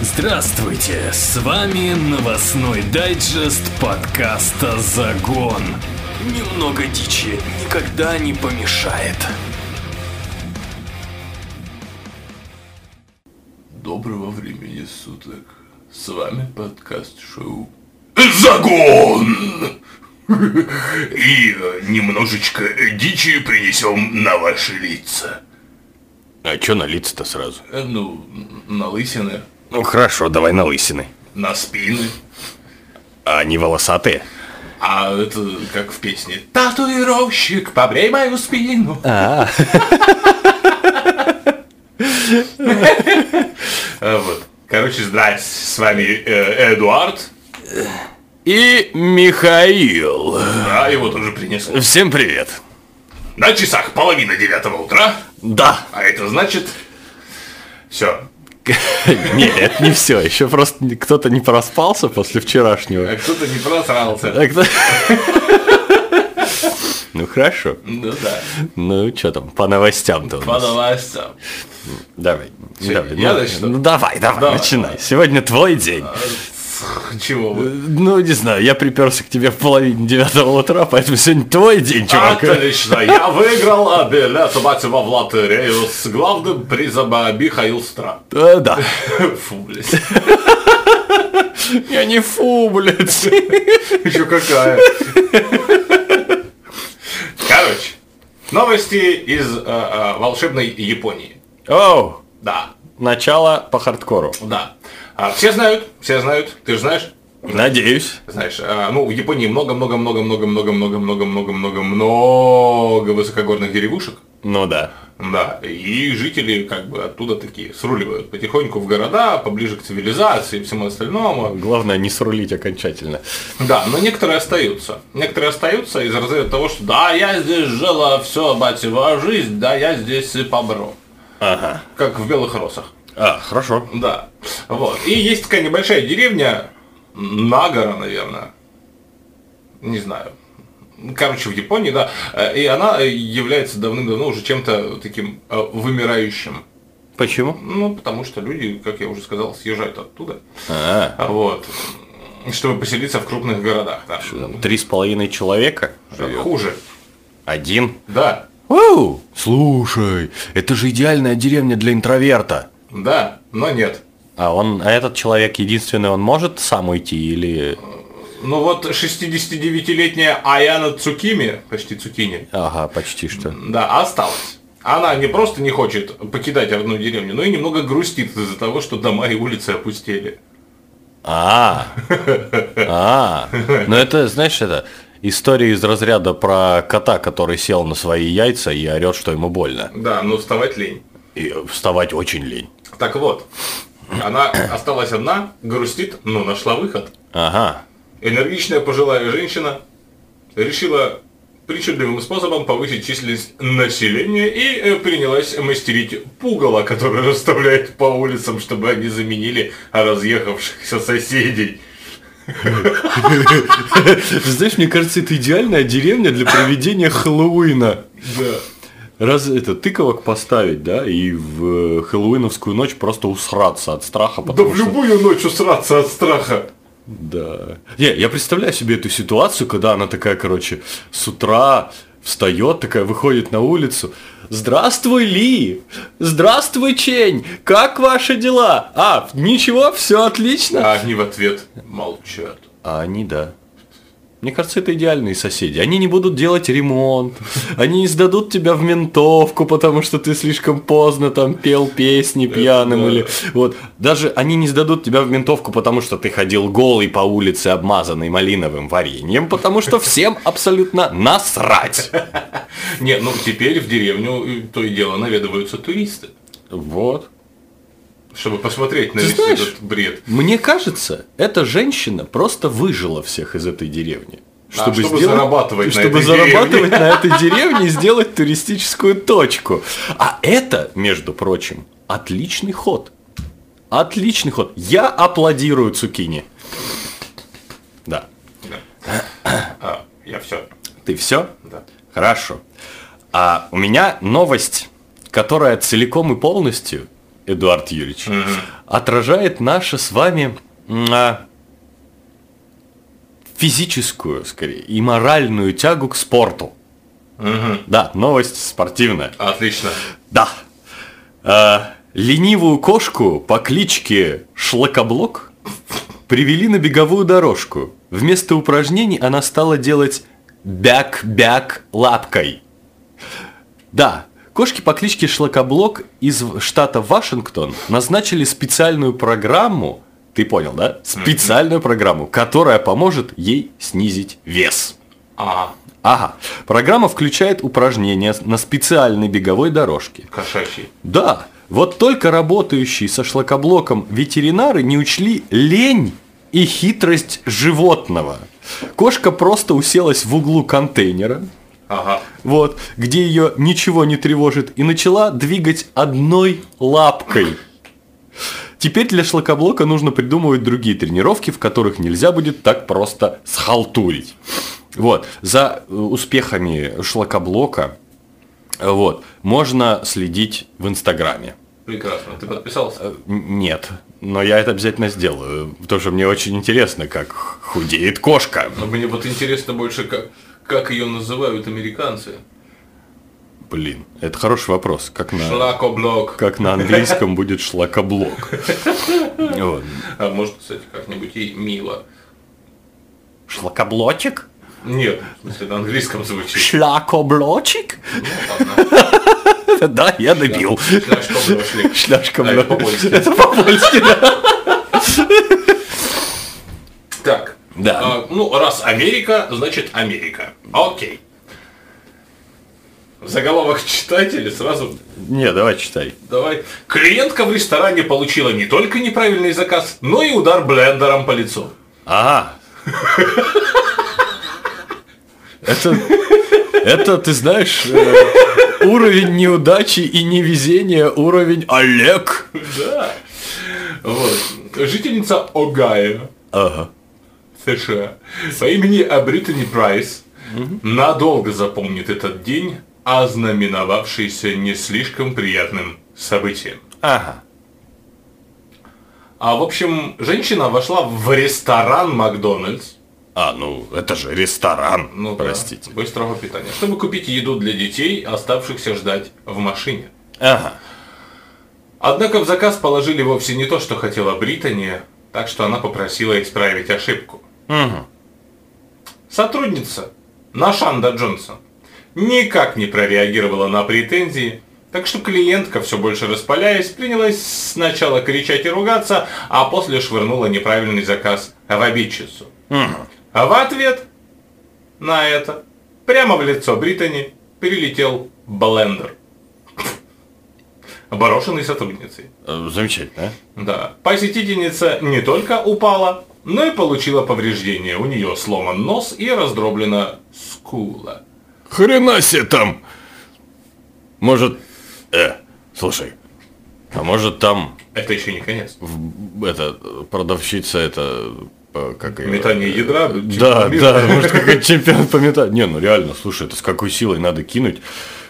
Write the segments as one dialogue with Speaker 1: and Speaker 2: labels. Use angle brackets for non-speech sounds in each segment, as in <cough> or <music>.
Speaker 1: Здравствуйте, с вами новостной дайджест подкаста «Загон». Немного дичи никогда не помешает.
Speaker 2: Доброго времени суток. С вами подкаст-шоу «Загон!» И э, немножечко дичи принесем на ваши лица.
Speaker 3: А чё на лица-то сразу?
Speaker 2: Э, Ну, н- на лысины,
Speaker 3: Ну хорошо, давай на лысины.
Speaker 2: на спины.
Speaker 3: А они волосатые?
Speaker 2: А это как в песне «Татуировщик, побрей мою спину». Э, Вот. Короче, здрасте, с вами э, Эдуард.
Speaker 3: И Михаил.
Speaker 2: Да, его тоже принесли.
Speaker 3: Всем привет.
Speaker 2: На часах половина девятого утра,
Speaker 3: Да. <laughs>
Speaker 2: а это значит... Все.
Speaker 3: Нет, это не все. Еще просто не- кто-то не проспался после вчерашнего.
Speaker 2: Кто-то не просрался.
Speaker 3: А кто- <laughs> Ну хорошо.
Speaker 2: Ну да.
Speaker 3: Ну что там, по новостям-то у
Speaker 2: По
Speaker 3: нас.
Speaker 2: новостям.
Speaker 3: Давай. давай,
Speaker 2: я
Speaker 3: ну,
Speaker 2: начну?
Speaker 3: ну, давай, давай,
Speaker 2: Давай.
Speaker 3: начинай. Сегодня твой день.
Speaker 2: Чего вы?
Speaker 3: Ну, не знаю, я приперся к тебе в половине девятого утра, поэтому сегодня твой день, чувак.
Speaker 2: Отлично, я выиграл билет Матима в лотерею с главным призом э, Михаил Стра.
Speaker 3: Э, Да.
Speaker 2: <laughs> Фу, блядь.
Speaker 3: Я не фу, блядь.
Speaker 2: Еще какая. Короче, новости из э, э, волшебной Японии.
Speaker 3: Оу,
Speaker 2: Да,
Speaker 3: начало по хардкору.
Speaker 2: да. А, все знают, все знают. Ты же знаешь?
Speaker 3: Надеюсь.
Speaker 2: Знаешь, э, ну, в Японии много-много-много-много-много-много-много-много-много высокогорных деревушек.
Speaker 3: Ну да.
Speaker 2: Да, и жители как бы оттуда такие сруливают потихоньку в города, поближе к цивилизации и всему остальному.
Speaker 3: Главное не срулить окончательно.
Speaker 2: Да, но некоторые остаются. Некоторые остаются из разряда того, что да, я здесь а жила все, батева а жизнь, да, я здесь и побро.
Speaker 3: Ага.
Speaker 2: Как в белых росах.
Speaker 3: А, хорошо.
Speaker 2: Да. Вот. И есть такая небольшая деревня Нагора, наверное. Не знаю. Короче, в Японии, да. Э, И она э, является давным-давно уже чем-то таким э, вымирающим.
Speaker 3: Почему?
Speaker 2: Ну, потому что люди, как я уже сказал, съезжают оттуда.
Speaker 3: А,
Speaker 2: Вот. Чтобы поселиться в крупных городах. да.
Speaker 3: там три с половиной человека живет.
Speaker 2: Хуже.
Speaker 3: Один.
Speaker 2: Да.
Speaker 3: Оу, слушай, это же идеальная деревня для интроверта.
Speaker 2: Да, но нет.
Speaker 3: А он, а этот человек единственный, он может сам уйти или...
Speaker 2: Ну вот 69-летняя Аяна Цукими, почти Цукини,
Speaker 3: Ага, почти что.
Speaker 2: да, осталась. Она не просто не хочет покидать родную деревню, но и немного грустит из-за того, что дома и улицы опустели.
Speaker 3: А, а, ну это, знаешь, это история из разряда про кота, который сел на свои яйца и орет, что ему больно.
Speaker 2: Да, но вставать лень.
Speaker 3: И вставать очень лень.
Speaker 2: Так вот, она осталась одна, грустит, но нашла выход.
Speaker 3: Ага,
Speaker 2: Энергичная пожилая женщина решила причудливым способом повысить численность населения и э, принялась мастерить пугало, которое расставляет по улицам, чтобы они заменили разъехавшихся соседей.
Speaker 3: Знаешь, мне кажется, это идеальная деревня для проведения Хэллоуина.
Speaker 2: Да.
Speaker 3: Раз это тыковок поставить, да, и в э, хэллоуиновскую ночь просто усраться от страха,
Speaker 2: Да
Speaker 3: потому
Speaker 2: в
Speaker 3: что-
Speaker 2: любую ночь усраться от страха.
Speaker 3: Да. Не, я представляю себе эту ситуацию, когда она такая, короче, с утра встает, такая выходит на улицу. Здравствуй, Ли! Здравствуй, Чень! Как ваши дела? А, ничего, все отлично.
Speaker 2: А они в ответ молчат.
Speaker 3: А они, да. Мне кажется, это идеальные соседи. Они не будут делать ремонт. Они не сдадут тебя в ментовку, потому что ты слишком поздно там пел песни пьяным
Speaker 2: да.
Speaker 3: или... Вот. Даже они не сдадут тебя в ментовку, потому что ты ходил голый по улице, обмазанный малиновым вареньем, потому что всем абсолютно насрать.
Speaker 2: Не, ну теперь в деревню э, то и дело наведываются туристы,
Speaker 3: Вот.
Speaker 2: чтобы посмотреть на
Speaker 3: Ты
Speaker 2: весь
Speaker 3: знаешь,
Speaker 2: этот бред.
Speaker 3: Мне кажется, эта женщина просто выжила всех из этой деревни.
Speaker 2: Да, А, чтобы зарабатывать на
Speaker 3: чтобы
Speaker 2: этой
Speaker 3: зарабатывать на этой деревне и сделать туристическую точку. А это, между прочим, отличный ход. Отличный ход. Я аплодирую Цукини. Да.
Speaker 2: А, я все.
Speaker 3: Ты все?
Speaker 2: Да.
Speaker 3: Хорошо. А у меня новость, которая целиком и полностью Эдуард Юрьевич, отражает наше с вами м, а, физическую, скорее, и моральную тягу к спорту. Да, новость спортивная.
Speaker 2: Отлично.
Speaker 3: Да. А, ленивую кошку по кличке Шлакоблок привели на беговую дорожку. Вместо упражнений она стала делать бяк-бяк лапкой. Да, кошки по кличке Шлакоблок из штата Вашингтон назначили специальную программу, ты понял, да? Специальную программу, которая поможет ей снизить вес.
Speaker 2: А,
Speaker 3: Ага, программа включает упражнения на специальной беговой дорожке.
Speaker 2: кошачий.
Speaker 3: Да, вот только работающие со шлакоблоком ветеринары не учли лень и хитрость животного. Кошка просто уселась в углу контейнера,
Speaker 2: Ага.
Speaker 3: вот, где ее ничего не тревожит, и начала двигать одной лапкой. Теперь для шлакоблока нужно придумывать другие тренировки, в которых нельзя будет так просто схалтурить. Вот, за э, успехами шлакоблока э, вот, можно следить в Инстаграме.
Speaker 2: Прекрасно. Ты подписался?
Speaker 3: Э, н- Нет, но я это обязательно сделаю, потому что мне очень интересно, как худеет кошка.
Speaker 2: Но Ну, мне вот интересно больше, как, как ее называют американцы.
Speaker 3: Блин, это хороший вопрос. Как на...
Speaker 2: Шлакоблок.
Speaker 3: как на английском будет шлакоблок. Вот.
Speaker 2: А может, кстати, как-нибудь и мило.
Speaker 3: Шлакоблочек?
Speaker 2: Нет, в смысле, на английском звучит.
Speaker 3: Шлакоблочек? <laughs> Да, я добил.
Speaker 2: Шлакоблошник. А, это
Speaker 3: Шляшкоблочек.
Speaker 2: по-польски.
Speaker 3: Это по-польски, да.
Speaker 2: Так.
Speaker 3: Да.
Speaker 2: А, ну, раз Америка, значит Америка. Окей. Заголовок читателя сразу
Speaker 3: Не, давай читай.
Speaker 2: давай. Клиентка в ресторане получила не только неправильный заказ, но и удар блендером по лицу.
Speaker 3: Ага. Это, это, ты знаешь, э, уровень неудачи и невезения, уровень Олег.
Speaker 2: Да. Вот. Жительница Огайо,
Speaker 3: Ага.
Speaker 2: США, по имени Британи Прайс надолго запомнит этот день, ознаменовавшийся не слишком приятным событием.
Speaker 3: Ага.
Speaker 2: А в общем, женщина вошла в ресторан Макдональдс.
Speaker 3: А, ну, это же ресторан,
Speaker 2: Ну да,
Speaker 3: простите.
Speaker 2: быстрого питания. Чтобы купить еду для детей, оставшихся ждать в машине.
Speaker 3: Ага.
Speaker 2: Однако в заказ положили вовсе не то, что хотела Британия, так что она попросила исправить ошибку. Сотрудница Нашанда Джонсон никак не прореагировала на претензии, так что клиентка, все больше распаляясь, принялась сначала кричать и ругаться, а после швырнула неправильный заказ в обидчицу. А в ответ на это прямо в лицо Британи перелетел блендер, брошенный сотрудницей.
Speaker 3: Э, Замечательно. а?
Speaker 2: Да, посетительница не только упала, но и получила повреждения. У нее сломан нос и раздроблена скула.
Speaker 3: Хрена себе там! Может... Э, слушай, а может там
Speaker 2: Это еще не конец.
Speaker 3: в- это продавщица это э, как её?
Speaker 2: Метание ядра.
Speaker 3: Да,
Speaker 2: чемпион
Speaker 3: да,
Speaker 2: мира.
Speaker 3: может какой-то чемпион по мета- Не, ну реально, слушай, это с какой силой надо кинуть?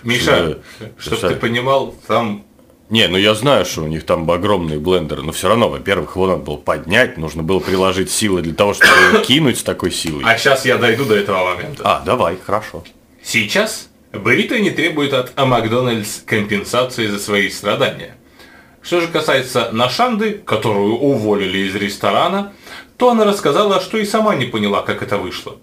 Speaker 2: Миша,
Speaker 3: Что-
Speaker 2: чтобы
Speaker 3: что-
Speaker 2: ты понимал, там
Speaker 3: Не, ну я знаю, что у них там огромные блендеры, но все равно, во-первых, его надо было поднять, нужно было приложить силы для того, чтобы его кинуть с такой силой.
Speaker 2: А сейчас я дойду до этого момента.
Speaker 3: А, давай, хорошо.
Speaker 2: Сейчас Британи требует от Макдональдс компенсации за свои страдания. Что же касается Нашанды, которую уволили из ресторана, то она рассказала, что и сама не поняла, как это вышло.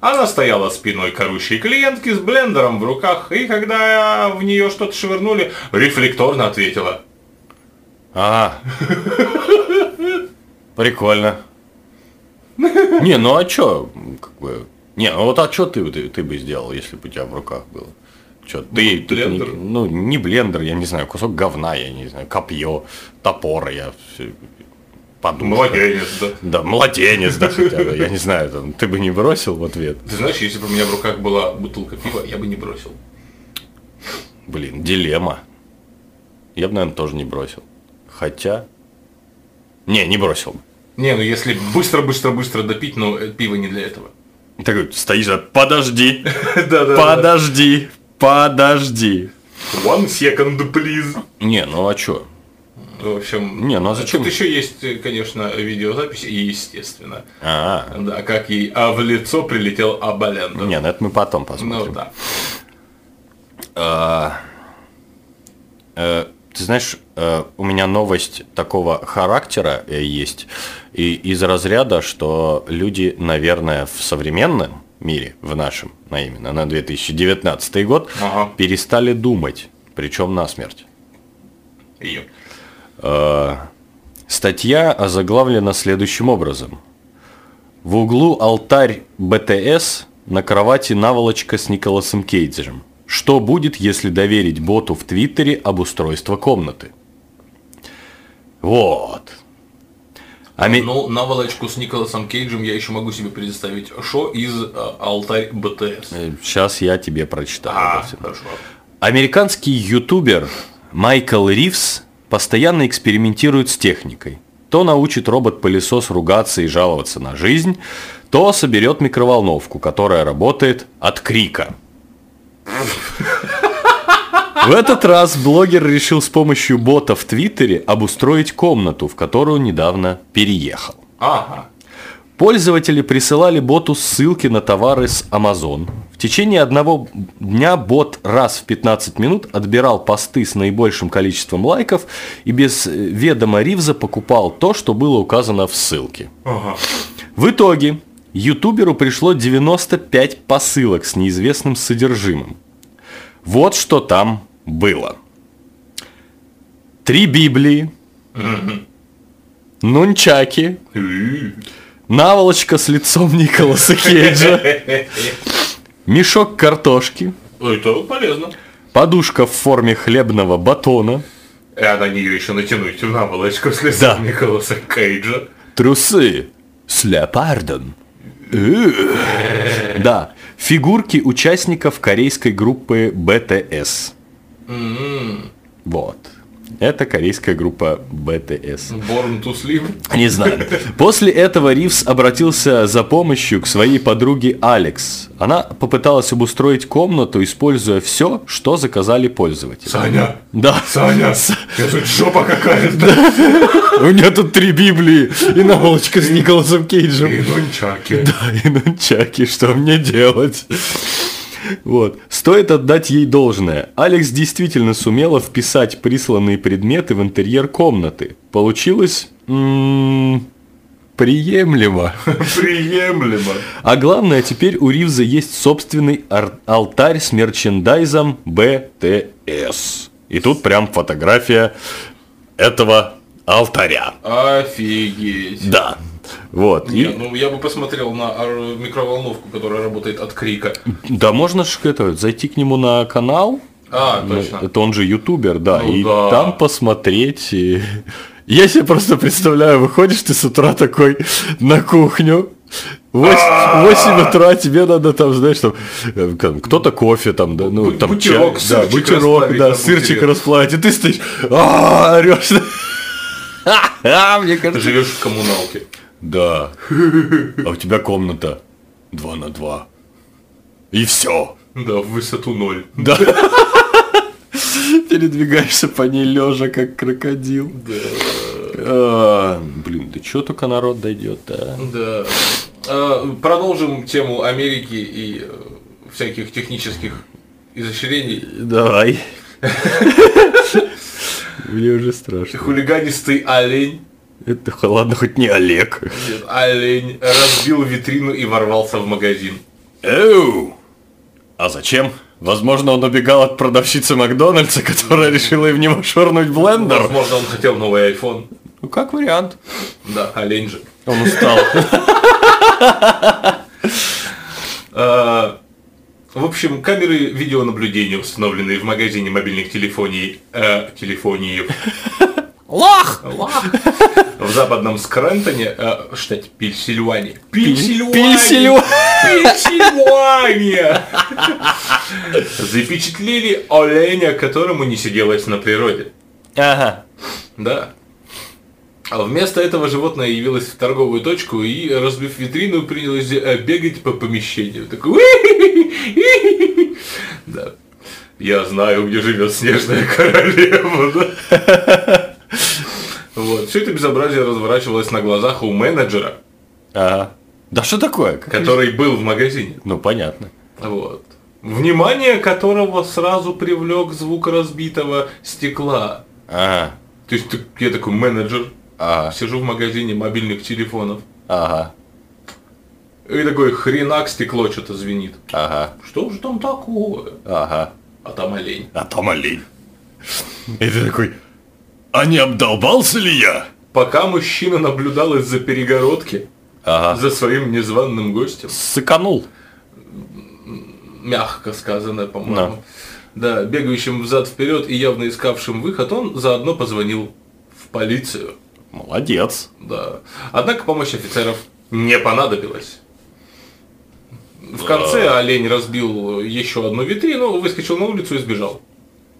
Speaker 2: Она стояла спиной к орущей клиентки с блендером в руках, и когда в нее что-то швырнули, рефлекторно ответила.
Speaker 3: А. Прикольно. Не, ну а чё, как бы... Не, ну вот а чё ты, ты, ты бы сделал, если бы у тебя в руках было? Чё, ты...
Speaker 2: Ну,
Speaker 3: ты не-
Speaker 2: блендер.
Speaker 3: ну, не блендер, я не знаю, кусок говна, я не знаю, копье, топор, я всё подумал. что-
Speaker 2: Младенец, да.
Speaker 3: Да, младенец, да, хотя бы, я не знаю, там, ты бы не бросил в ответ.
Speaker 2: Ты знаешь, если бы у меня в руках была бутылка пива, я бы не бросил.
Speaker 3: Блин, дилемма. Я бы, наверное, тоже не бросил. Хотя... Не, не бросил бы.
Speaker 2: Не, ну если быстро-быстро-быстро допить, но э, пиво не для этого. <laughs>
Speaker 3: Такой стоишь, а, подожди,
Speaker 2: Да-да.
Speaker 3: подожди, подожди.
Speaker 2: One second, please.
Speaker 3: Не, ну а чё?
Speaker 2: В общем,
Speaker 3: Не, ну а зачем?
Speaker 2: Тут еще есть, э, конечно, видеозапись, и естественно.
Speaker 3: А,
Speaker 2: Да, как ей, а в лицо прилетел Абалян.
Speaker 3: не, ну это мы потом
Speaker 2: Ну
Speaker 3: посмотрим.
Speaker 2: да.
Speaker 3: Э, Ты знаешь, э, у меня новость такого характера э, есть и из разряда, что люди, наверное, в современном мире, в нашем, а именно на 2019 год,
Speaker 2: Ага.
Speaker 3: перестали думать, причем насмерть.
Speaker 2: Её.
Speaker 3: Статья озаглавлена следующим образом. В углу алтарь БТС, на кровати наволочка с Николасом Кейджем. Что будет, если доверить боту в Твиттере обустройство комнаты? Вот. Ами-
Speaker 2: Ну, наволочку с Николасом Кейджем я еще могу себе представить. Шо из э, алтарь БТС.
Speaker 3: Сейчас Э, я тебе прочитаю.
Speaker 2: ну. А,
Speaker 3: это всё.
Speaker 2: хорошо.
Speaker 3: Американский ютубер Майкл Ривз постоянно экспериментирует с техникой. То научит робот-пылесос ругаться и жаловаться на жизнь, то соберет микроволновку, которая работает от крика. В этот раз блогер решил с помощью бота в Твиттере обустроить комнату, в которую недавно переехал.
Speaker 2: Ага.
Speaker 3: Пользователи присылали боту ссылки на товары с Amazon. В течение одного дня бот раз в 15 минут отбирал посты с наибольшим количеством лайков и без э, ведома Ривза покупал то, что было указано в ссылке.
Speaker 2: Ага.
Speaker 3: В итоге ютуберу пришло 95 посылок с неизвестным содержимым. Вот что там было. Три Библии, нунчаки, наволочка с лицом Николаса Кейджа, мешок картошки,
Speaker 2: Это полезно.
Speaker 3: подушка в форме хлебного батона,
Speaker 2: И а на нее еще натянуть наволочку с лицом
Speaker 3: Да.
Speaker 2: Николаса Кейджа.
Speaker 3: Трусы с леопардом. Э. Да, фигурки участников корейской группы BTS. Вот. Это корейская группа BTS.
Speaker 2: Born to Sleep.
Speaker 3: Не знаю. После этого Ривз обратился за помощью к своей подруге Алекс. Она попыталась обустроить комнату, используя все, что заказали пользователи.
Speaker 2: Саня.
Speaker 3: Да. <laughs>
Speaker 2: Саня. Я тут жопа какая-то.
Speaker 3: У меня тут три Библии и наволочка с Николасом Кейджем.
Speaker 2: И ну, нунчаки.
Speaker 3: Да, и нунчаки, что мне делать? Вот. Стоит отдать ей должное. Алекс действительно сумела вписать присланные предметы в интерьер комнаты. Получилось м, приемлемо.
Speaker 2: Приемлемо.
Speaker 3: А главное, теперь у Ривза есть собственный ар- алтарь с мерчендайзом BTS. И тут прям фотография этого алтаря.
Speaker 2: Офигеть.
Speaker 3: Да. Вот. И-
Speaker 2: Не, ну я бы посмотрел на ар- микроволновку, которая работает от крика.
Speaker 3: Да можно ж это, зайти к нему на канал.
Speaker 2: А,
Speaker 3: Ну,
Speaker 2: точно.
Speaker 3: Это он же ютубер, да.
Speaker 2: Ну
Speaker 3: и
Speaker 2: да.
Speaker 3: там посмотреть. и- Я себе просто представляю, выходишь ты с утра такой на кухню.
Speaker 2: А!
Speaker 3: 8, утра тебе надо там, знаешь, там, э, там, кто-то кофе там, да, ну,
Speaker 2: Бу-
Speaker 3: там
Speaker 2: бутерок,
Speaker 3: чай,
Speaker 2: сырчик
Speaker 3: да, бутерок,
Speaker 2: расплавить
Speaker 3: да,
Speaker 2: на
Speaker 3: сырчик
Speaker 2: бутере.
Speaker 3: расплавить, и ты стоишь, «А, орешь. А, <laughs> Мне
Speaker 2: Ты
Speaker 3: кажется.
Speaker 2: живешь в коммуналке.
Speaker 3: Да. А у тебя комната 2 на 2. И все.
Speaker 2: Да, в высоту ноль.
Speaker 3: Да. Передвигаешься по ней лежа, как крокодил. А, Блин, да чё только народ дойдет, да?
Speaker 2: Да. Э, Продолжим тему Америки и э, всяких технических изощрений.
Speaker 3: Давай. Мне уже страшно.
Speaker 2: Хулиганистый олень.
Speaker 3: Это х- ладно, хоть не Олег.
Speaker 2: Нет, олень разбил витрину и ворвался в магазин.
Speaker 3: Эу! А зачем? Возможно, он убегал от продавщицы Макдональдса, которая решила и в него швырнуть блендер.
Speaker 2: Возможно, он хотел новый iPhone.
Speaker 3: Ну, как вариант.
Speaker 2: Да, олень же.
Speaker 3: Он <laughs> устал.
Speaker 2: Э, В общем, камеры видеонаблюдения, установленные в магазине мобильных телефоний, э, телефоний
Speaker 3: Лох!
Speaker 2: в западном Скрантоне, э, штат Пенсильвания.
Speaker 3: Пенсильва-
Speaker 2: Пенсильвания! Запечатлели оленя, которому не сиделось на природе.
Speaker 3: Ага.
Speaker 2: Да. А вместо этого животное явилось в торговую точку и, разбив витрину, принялось э, бегать по помещению. Такой... «Уи-хи-хи-хи-хи-хи». Да. Я знаю, где живет снежная королева. да. Вот. Все это безобразие разворачивалось на глазах у менеджера,
Speaker 3: Ага. Да что такое? Как-
Speaker 2: который был в магазине.
Speaker 3: Ну, понятно.
Speaker 2: Вот. Внимание которого сразу привлек звук разбитого стекла.
Speaker 3: Ага.
Speaker 2: То есть ты- я такой менеджер,
Speaker 3: Ага.
Speaker 2: сижу в магазине мобильных телефонов.
Speaker 3: Ага.
Speaker 2: И такой хренак стекло что-то звенит.
Speaker 3: Ага.
Speaker 2: Что же там такое?
Speaker 3: Ага.
Speaker 2: А там олень.
Speaker 3: А там олень. И ты такой, а не обдолбался ли я?
Speaker 2: Пока мужчина наблюдал из-за перегородки
Speaker 3: Ага.
Speaker 2: за своим незваным гостем,
Speaker 3: Сыканул.
Speaker 2: мягко сказано, по-моему, да, бегающим взад вперед и явно искавшим выход, он заодно позвонил в полицию.
Speaker 3: Молодец.
Speaker 2: Да. Однако помощь офицеров не понадобилась. В конце олень разбил еще одну витрину, выскочил на улицу и сбежал.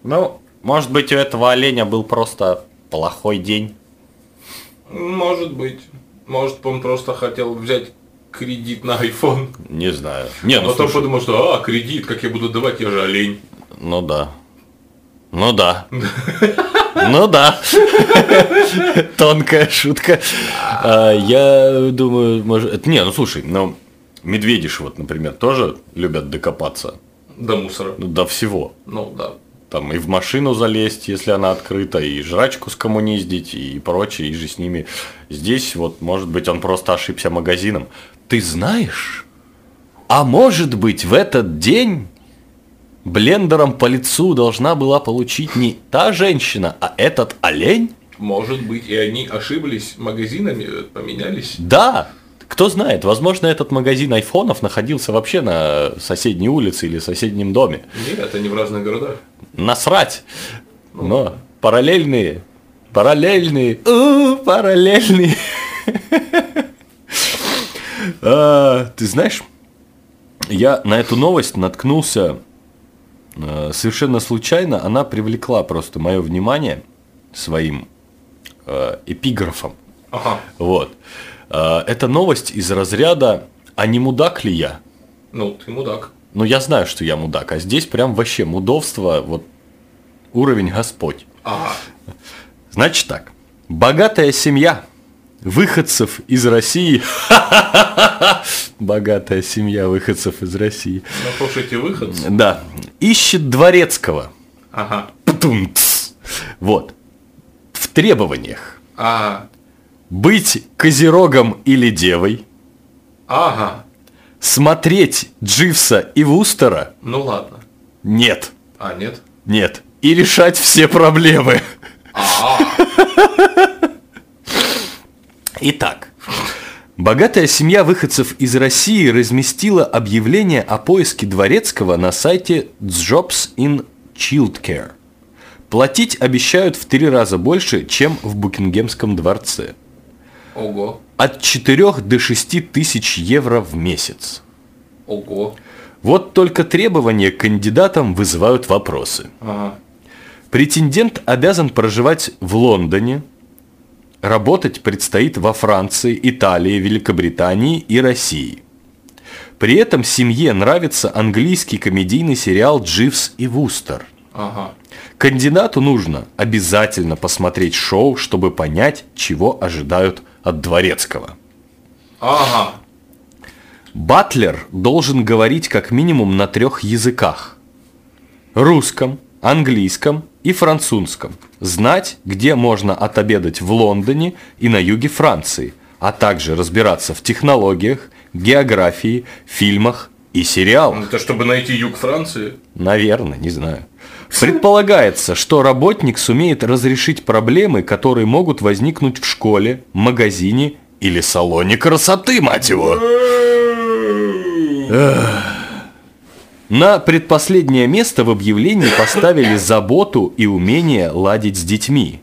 Speaker 3: Ну, может быть, у этого оленя был просто плохой день.
Speaker 2: Может быть. Может, он просто хотел взять кредит на iPhone.
Speaker 3: Не знаю. Не, ну,
Speaker 2: Потом
Speaker 3: слушай,
Speaker 2: подумал, что а, кредит, как я буду давать, я же олень.
Speaker 3: ну да. Ну <laughs> да. Ну да. <laughs> Тонкая шутка. А, Я думаю, может... это- Не, ну слушай, ну, медведи ж вот, например, тоже любят докопаться.
Speaker 2: До мусора.
Speaker 3: Ну, до всего.
Speaker 2: Ну да.
Speaker 3: Там и в машину залезть, если она открыта, и жрачку скоммуниздить, и прочее, и же с ними. Здесь вот, может быть, он просто ошибся магазином. Ты знаешь? А может быть, в этот день блендером по лицу должна была получить не та женщина, а этот олень?
Speaker 2: Может быть, и они ошиблись магазинами, э, поменялись.
Speaker 3: Да, кто знает, возможно, этот магазин айфонов находился вообще на соседней улице или соседнем доме.
Speaker 2: Нет, они в разных городах.
Speaker 3: насрать. Но параллельные, параллельные, у, параллельные. <laughs> А, Ты знаешь, я на эту новость наткнулся э, совершенно случайно. Она привлекла просто мое внимание своим э, эпиграфом.
Speaker 2: Ага.
Speaker 3: Вот. Э, Это новость из разряда «А не мудак ли я?»
Speaker 2: Ну, ты мудак.
Speaker 3: Ну, я знаю, что я мудак, а здесь прям вообще мудовство, вот уровень Господь.
Speaker 2: Ага.
Speaker 3: Значит так, богатая семья выходцев из России. <laughs> Богатая семья выходцев из России.
Speaker 2: Напушите ну, выход.
Speaker 3: Да, ищет дворецкого.
Speaker 2: Ага.
Speaker 3: Птумц. Вот. В требованиях.
Speaker 2: А.
Speaker 3: Быть козерогом или девой.
Speaker 2: Ага.
Speaker 3: Смотреть Дживса и Вустера.
Speaker 2: Ну ладно.
Speaker 3: Нет.
Speaker 2: А, нет.
Speaker 3: Нет. И решать все проблемы. Итак, богатая семья выходцев из России разместила объявление о поиске дворецкого на сайте Jobs in Childcare. Платить обещают в три раза больше, чем в Букингемском дворце.
Speaker 2: Ого.
Speaker 3: От 4 до 6 тысяч евро в месяц.
Speaker 2: Ого.
Speaker 3: Вот только требования к кандидатам вызывают вопросы.
Speaker 2: Ага.
Speaker 3: Претендент обязан проживать в Лондоне, работать предстоит во Франции, Италии, Великобритании и России. При этом семье нравится английский комедийный сериал «Дживс и Вустер».
Speaker 2: Ага.
Speaker 3: Кандидату нужно обязательно посмотреть шоу, чтобы понять, чего ожидают от дворецкого.
Speaker 2: Ага.
Speaker 3: Батлер должен говорить как минимум на трех языках. Русском, английском и французском. Знать, где можно отобедать в Лондоне и на юге Франции, а также разбираться в технологиях, географии, фильмах и сериалах.
Speaker 2: Это чтобы найти юг Франции?
Speaker 3: Наверное, не знаю. Предполагается, что работник сумеет разрешить проблемы, которые могут возникнуть в школе, магазине или салоне красоты, мать его. На предпоследнее место в объявлении поставили заботу и умение ладить с детьми.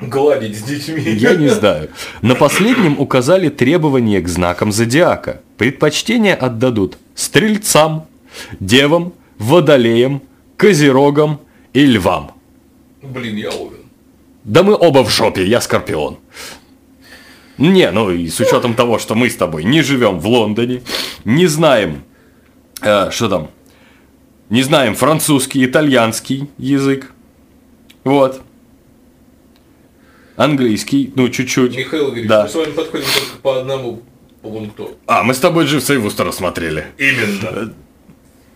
Speaker 2: Гладить с детьми.
Speaker 3: Я не знаю. На последнем указали требования к знакам зодиака. Предпочтение отдадут стрельцам, девам, водолеям, козерогам и львам.
Speaker 2: Блин, я овен.
Speaker 3: Да мы оба в жопе, я скорпион. Не, ну и с учетом того, что мы с тобой не живем в Лондоне, не знаем, э, что там, не знаем французский, итальянский язык, вот. английский, ну чуть-чуть.
Speaker 2: Михаил Игоревич,
Speaker 3: Да.
Speaker 2: мы с вами подходим только по одному пункту.
Speaker 3: А, мы с тобой Дживса и Вустера смотрели.
Speaker 2: Именно.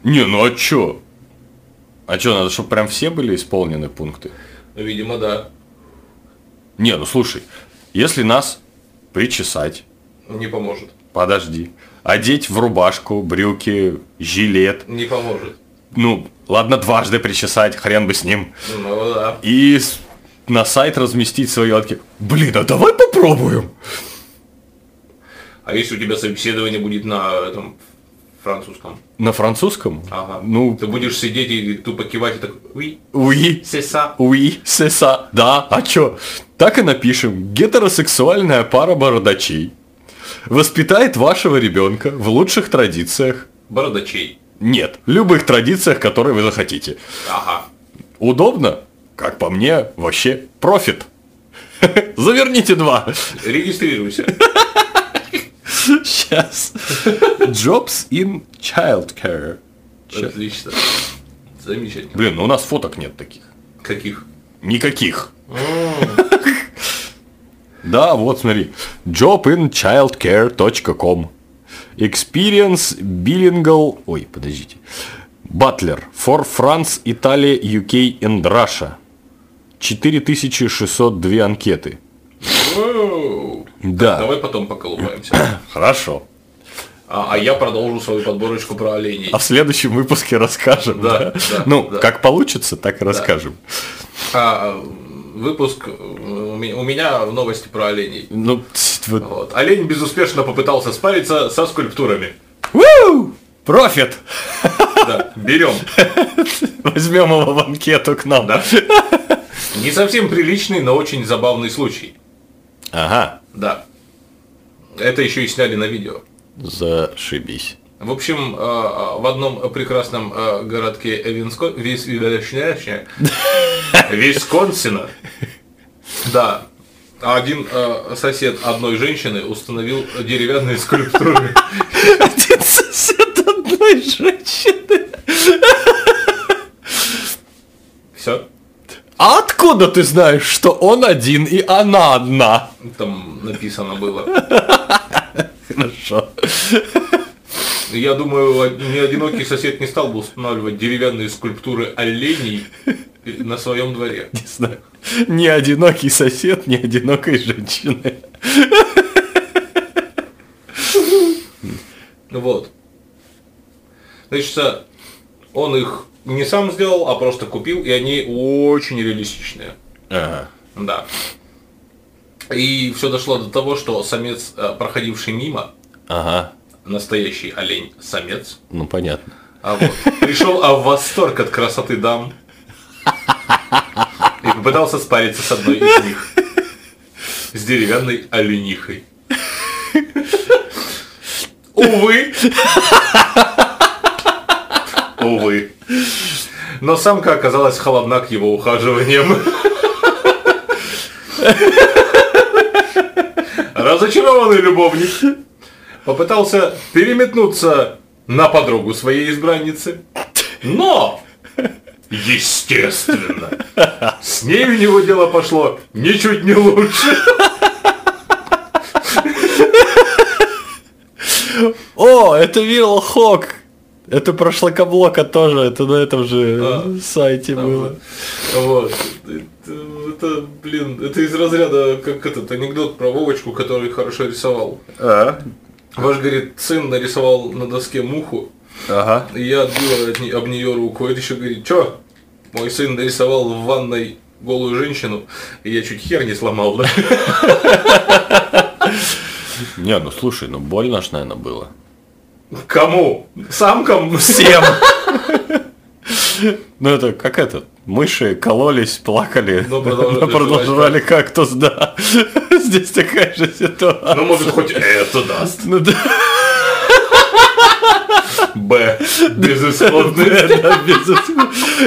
Speaker 3: Не, ну а чё? А чё, надо, чтобы прям все были исполнены пункты?
Speaker 2: Видимо, да.
Speaker 3: Не, ну слушай, если нас причесать,
Speaker 2: Не поможет.
Speaker 3: подожди, одеть в рубашку, брюки, жилет,
Speaker 2: Не поможет.
Speaker 3: ну, ладно, дважды причесать, хрен бы с ним,
Speaker 2: Ну да.
Speaker 3: и с- на сайт разместить свои отки. Блин, а давай попробуем.
Speaker 2: А если у тебя собеседование будет на этом французском?
Speaker 3: На французском?
Speaker 2: Ага.
Speaker 3: Ну,
Speaker 2: Ты будешь сидеть и тупо кивать и такой, уи,
Speaker 3: уи,
Speaker 2: сеса.
Speaker 3: уи, сеса, да, а чё? Так и напишем. Гетеросексуальная пара бородачей воспитает вашего ребенка в лучших традициях.
Speaker 2: Бородачей.
Speaker 3: Нет, любых традициях, которые вы захотите.
Speaker 2: Ага.
Speaker 3: Удобно? Как по мне, вообще профит. <laughs> Заверните два.
Speaker 2: Регистрируйся.
Speaker 3: Сейчас. Jobs in childcare. Щас.
Speaker 2: Отлично. Замечательно.
Speaker 3: Блин, ну у нас фоток нет таких.
Speaker 2: Каких?
Speaker 3: Никаких. Да, вот смотри. jobinchildcare.com Experience bilingual... Ой, подождите. Butler for France, Italy, UK and Russia. 4602 анкеты.
Speaker 2: Воу.
Speaker 3: Да,
Speaker 2: А. Давай потом поколупаемся.
Speaker 3: хорошо.
Speaker 2: А, а я продолжу свою подборочку про оленей.
Speaker 3: А в следующем выпуске расскажем. Да,
Speaker 2: Да, да,
Speaker 3: ну,
Speaker 2: да.
Speaker 3: как получится, так и расскажем.
Speaker 2: А, э, выпуск э, у ме- у меня новости про оленей.
Speaker 3: Ну, тс, вот.
Speaker 2: Вот. Олень безуспешно попытался спариться со скульптурами.
Speaker 3: Ву! Профит!
Speaker 2: Да, берем.
Speaker 3: Возьмем его в анкету к нам. Да?
Speaker 2: Не совсем приличный, но очень забавный случай.
Speaker 3: Ага.
Speaker 2: Да. Это еще и сняли на видео.
Speaker 3: Зашибись.
Speaker 2: В общем, э, в одном прекрасном э, городке Винско- Вис- Висконсина, да, один э, сосед одной женщины установил деревянные скульптуры.
Speaker 3: Один сосед одной женщины.
Speaker 2: Все.
Speaker 3: А откуда ты знаешь, что он один и она одна?
Speaker 2: Там написано было.
Speaker 3: Хорошо.
Speaker 2: Я думаю, ни одинокий сосед не стал бы устанавливать деревянные скульптуры оленей на своем дворе.
Speaker 3: Не знаю. Ни одинокий сосед, ни одинокой женщины.
Speaker 2: Вот. Значит, а, он их не сам сделал, а просто купил, и они очень реалистичные.
Speaker 3: Ага.
Speaker 2: Да. И все дошло до того, что самец, э, проходивший мимо,
Speaker 3: Ага.
Speaker 2: настоящий олень самец,
Speaker 3: Ну понятно.
Speaker 2: а вот, пришел а, в восторг от красоты дам и попытался спариться с одной из них. С деревянной оленихой. Увы. Увы. Но самка оказалась холодна к его ухаживаниям. Разочарованный любовник попытался переметнуться на подругу своей избранницы, но, естественно, с ней у него дело пошло ничуть не лучше.
Speaker 3: О, это Вилл Хок. Это про Шлакоблока тоже, это на этом же
Speaker 2: Да.
Speaker 3: сайте было.
Speaker 2: Вот. Это, это, блин, это из разряда, как этот анекдот про Вовочку, который хорошо рисовал.
Speaker 3: А.
Speaker 2: Ваш, говорит, сын нарисовал на доске муху,
Speaker 3: Ага.
Speaker 2: и я отбила от не- об нее руку. Это еще говорит, чё? Мой сын нарисовал в ванной голую женщину, и я чуть хер не сломал, да? <laughs>
Speaker 3: Не, ну слушай, ну больно ж, наверное, было.
Speaker 2: Кому? Самкам?
Speaker 3: Всем! <laughs> Ну это как это? Мыши кололись, плакали,
Speaker 2: Но продолжали
Speaker 3: <laughs> продолжали кактус, да. <laughs> Здесь такая же ситуация.
Speaker 2: Ну, может, хоть это даст.
Speaker 3: Ну да,
Speaker 2: Б. Безысходный.
Speaker 3: <laughs> да, без-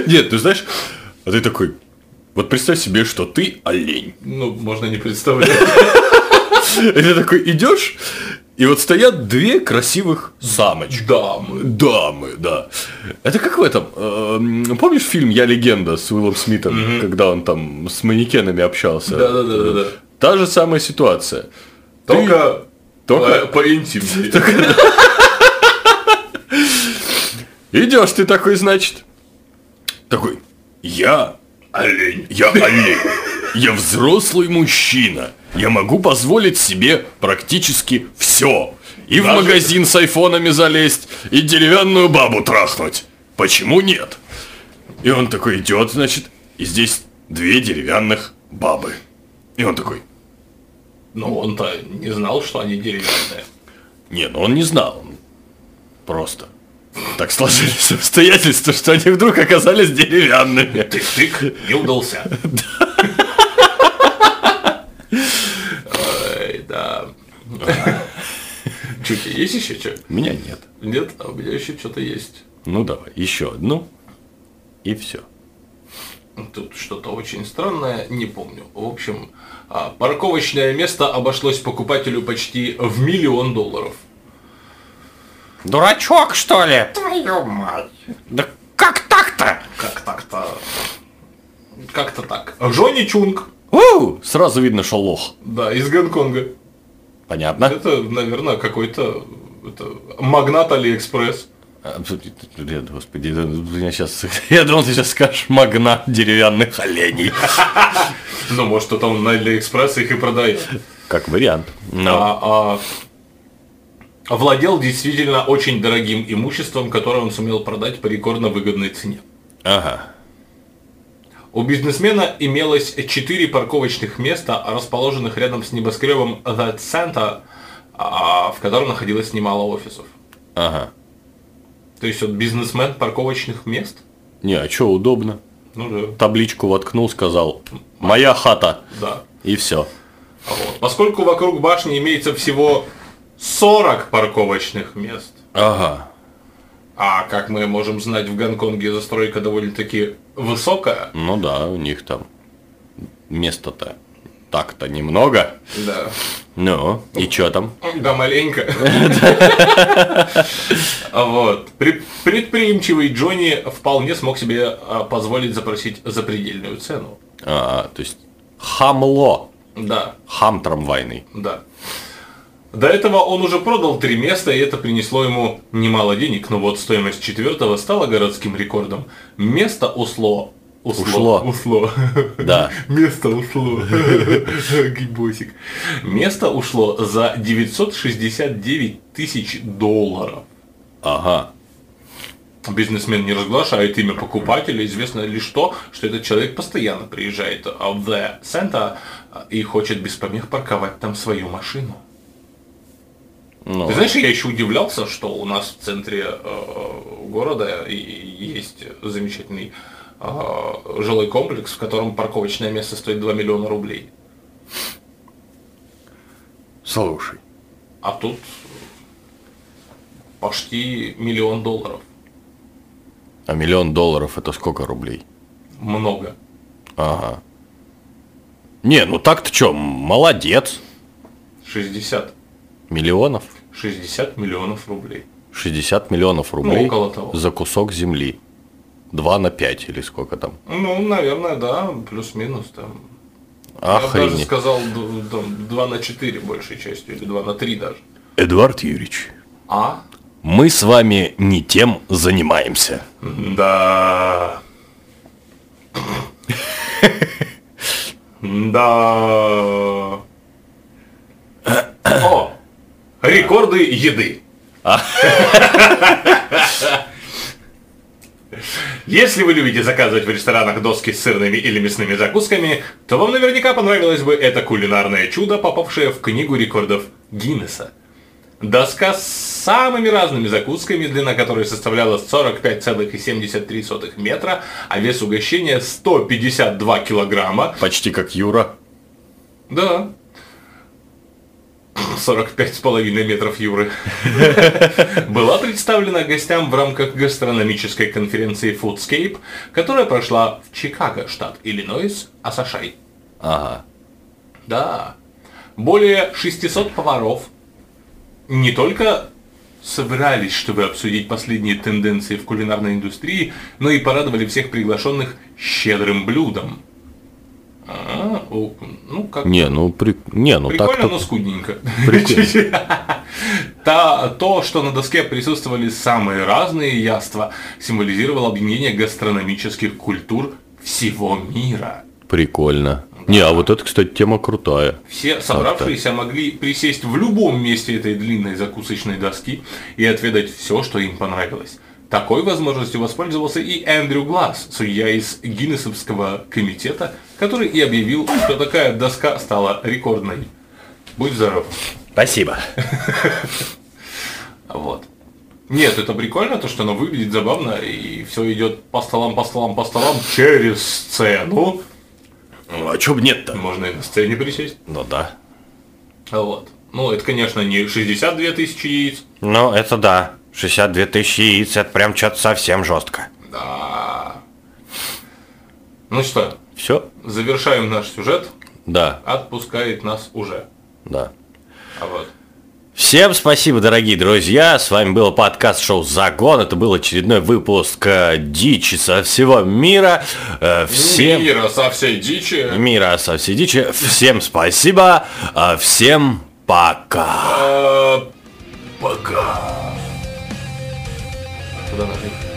Speaker 3: Нет, ты знаешь, а ты такой, вот представь себе, что ты олень. <laughs>
Speaker 2: Ну, можно не представлять.
Speaker 3: И ты такой идешь, И вот стоят две красивых самочки.
Speaker 2: Дамы.
Speaker 3: Дамы, да. Это как в этом. эм, помнишь фильм Я легенда с Уиллом Смитом, когда он там с манекенами общался?
Speaker 2: Да-да-да-да-да.
Speaker 3: Та же самая ситуация. Ты-
Speaker 2: Только,
Speaker 3: только-
Speaker 2: э, поинтимнее.
Speaker 3: Идешь ты такой, значит. Такой. Я <laughs> олень. Я олень. Я взрослый мужчина. Я могу позволить себе практически все. И в
Speaker 2: Даже-
Speaker 3: магазин с айфонами залезть, и деревянную бабу трахнуть. Почему нет? И он такой идет, значит, и здесь две деревянных бабы. И он такой,
Speaker 2: Но он-то не знал, что они деревянные.
Speaker 3: Не, ну он не знал. Он Просто. Так сложились обстоятельства, что они вдруг оказались деревянными.
Speaker 2: Тык-тык, не удался. Ой, да. Чуть, есть еще что?
Speaker 3: Меня нет.
Speaker 2: Нет, а у меня еще что-то есть.
Speaker 3: Ну давай, еще одну. И все.
Speaker 2: Тут что-то очень странное, не помню. В общем, а, парковочное место обошлось покупателю почти в миллион долларов.
Speaker 4: Дурачок, что ли? Твою мать. Да как так-то?
Speaker 2: Как так-то? Как-то так. Джонни Чунг,
Speaker 3: У, сразу видно, что лох.
Speaker 2: да, из Гонконга.
Speaker 3: Понятно?
Speaker 2: Это, наверное, какой-то это, магнат Алиэкспресс.
Speaker 3: А, блин, Господи, да, меня сейчас... <laughs> Я думал, ты сейчас скажешь магнат деревянных оленей. <laughs>
Speaker 2: Ну, может, кто-то он на Алиэкспресс их и продает.
Speaker 3: Как вариант. Ну, Но
Speaker 2: А, а, владел действительно очень дорогим имуществом, которое он сумел продать по рекордно выгодной цене.
Speaker 3: Ага.
Speaker 2: У бизнесмена имелось 4 парковочных места, расположенных рядом с небоскребом The Santa, а, в котором находилось немало офисов.
Speaker 3: Ага.
Speaker 2: То есть он бизнесмен парковочных мест?
Speaker 3: Не, а что удобно?
Speaker 2: Ну
Speaker 3: Табличку воткнул, сказал. Моя хата.
Speaker 2: да, да.
Speaker 3: И все.
Speaker 2: Вот. Поскольку вокруг башни имеется всего 40 парковочных мест,
Speaker 3: Ага.
Speaker 2: а как мы можем знать, в Гонконге застройка довольно-таки высокая,
Speaker 3: Ну да, у них там места-то так-то немного.
Speaker 2: да,
Speaker 3: Ну, и чё там?
Speaker 2: Да, маленько. Вот. Пред- Предприимчивый Джонни вполне смог себе а, позволить запросить запредельную цену.
Speaker 3: А, то есть хамло,
Speaker 2: Да,
Speaker 3: хам трамвайный.
Speaker 2: да. До этого он уже продал три места, и это принесло ему немало денег, но вот стоимость четвертого стала городским рекордом. Место ушло.
Speaker 3: Ушло.
Speaker 2: Ушло.
Speaker 3: Да.
Speaker 2: <laughs> Место ушло. <laughs> Гибосик. Место ушло за 969 тысяч долларов.
Speaker 3: Ага.
Speaker 2: Бизнесмен не разглашает имя покупателя, известно лишь то, что этот человек постоянно приезжает а, в The Center а, и хочет без помех парковать там свою машину.
Speaker 3: Ну,
Speaker 2: Ты знаешь, я еще удивлялся, что у нас в центре э, города и- и есть замечательный э, жилой комплекс, в котором парковочное место стоит 2 миллиона рублей.
Speaker 3: слушай.
Speaker 2: А тут почти миллион долларов.
Speaker 3: А миллион долларов это сколько рублей?
Speaker 2: Много.
Speaker 3: Ага. Не, ну так-то чё, молодец.
Speaker 2: 60.
Speaker 3: Миллионов?
Speaker 2: 60 миллионов рублей.
Speaker 3: 60 миллионов рублей
Speaker 2: Ну, около того.
Speaker 3: за кусок земли. 2 на 5 или сколько там.
Speaker 2: Ну, наверное, да, плюс-минус там. Я бы даже
Speaker 3: Охренеть.
Speaker 2: сказал д- там, 2 на 4 большей частью, или 2 на 3 даже.
Speaker 3: Эдуард Юрьевич,
Speaker 2: А?
Speaker 3: мы с вами не тем занимаемся.
Speaker 2: Да. Да. О! Рекорды еды. Если вы любите заказывать в ресторанах доски с сырными или мясными закусками, то вам наверняка понравилось бы это кулинарное чудо, попавшее в книгу рекордов Гиннесса. Доска с самыми разными закусками, длина которой составляла 45,73 метра, а вес угощения 152 килограмма.
Speaker 3: Почти как Юра.
Speaker 2: Да. 45,5 метров Юры. Была представлена гостям в рамках гастрономической конференции Foodscape, которая прошла в Чикаго, штат Иллинойс, Асашай.
Speaker 3: Ага.
Speaker 2: Да. Более 600 поваров не только собрались, чтобы обсудить последние тенденции в кулинарной индустрии, но и порадовали всех приглашенных щедрым блюдом. А, о, ну как
Speaker 3: Не, ну, при... не, ну
Speaker 2: Прикольно,
Speaker 3: так-то...
Speaker 2: но скудненько.
Speaker 3: <laughs> Прикольно.
Speaker 2: <laughs> Та, то, что на доске присутствовали самые разные яства, символизировало объединение гастрономических культур всего мира.
Speaker 3: Прикольно. Не, а вот это, кстати, тема крутая.
Speaker 2: Все собравшиеся могли присесть в любом месте этой длинной закусочной доски и отведать все, что им понравилось. Такой возможностью воспользовался и Эндрю Глаз, судья из Гиннесовского комитета, который и объявил, что такая доска стала рекордной. Будь здоров.
Speaker 3: Спасибо.
Speaker 2: Вот. Нет, это прикольно, то, что оно выглядит забавно, и все идет по столам, по столам, по столам через сцену.
Speaker 3: Ну, а чё бы нет-то?
Speaker 2: Можно и на сцене присесть.
Speaker 3: Ну да.
Speaker 2: А Вот. Ну, это, конечно, не 62 тысячи яиц.
Speaker 3: Ну, это да. 62 тысячи яиц, это прям что-то совсем жестко.
Speaker 2: Да. Ну что,
Speaker 3: Все?
Speaker 2: завершаем наш сюжет.
Speaker 3: Да,
Speaker 2: Отпускает нас уже.
Speaker 3: да.
Speaker 2: А вот.
Speaker 3: Всем спасибо, дорогие друзья. С вами был подкаст шоу Загон. Это был очередной выпуск э, дичи со всего мира. Э, Всем
Speaker 2: Мира со всей дичи.
Speaker 3: мира со всей дичи. Всем спасибо. э, Всем пока.
Speaker 2: Э, Пока. Куда нажать?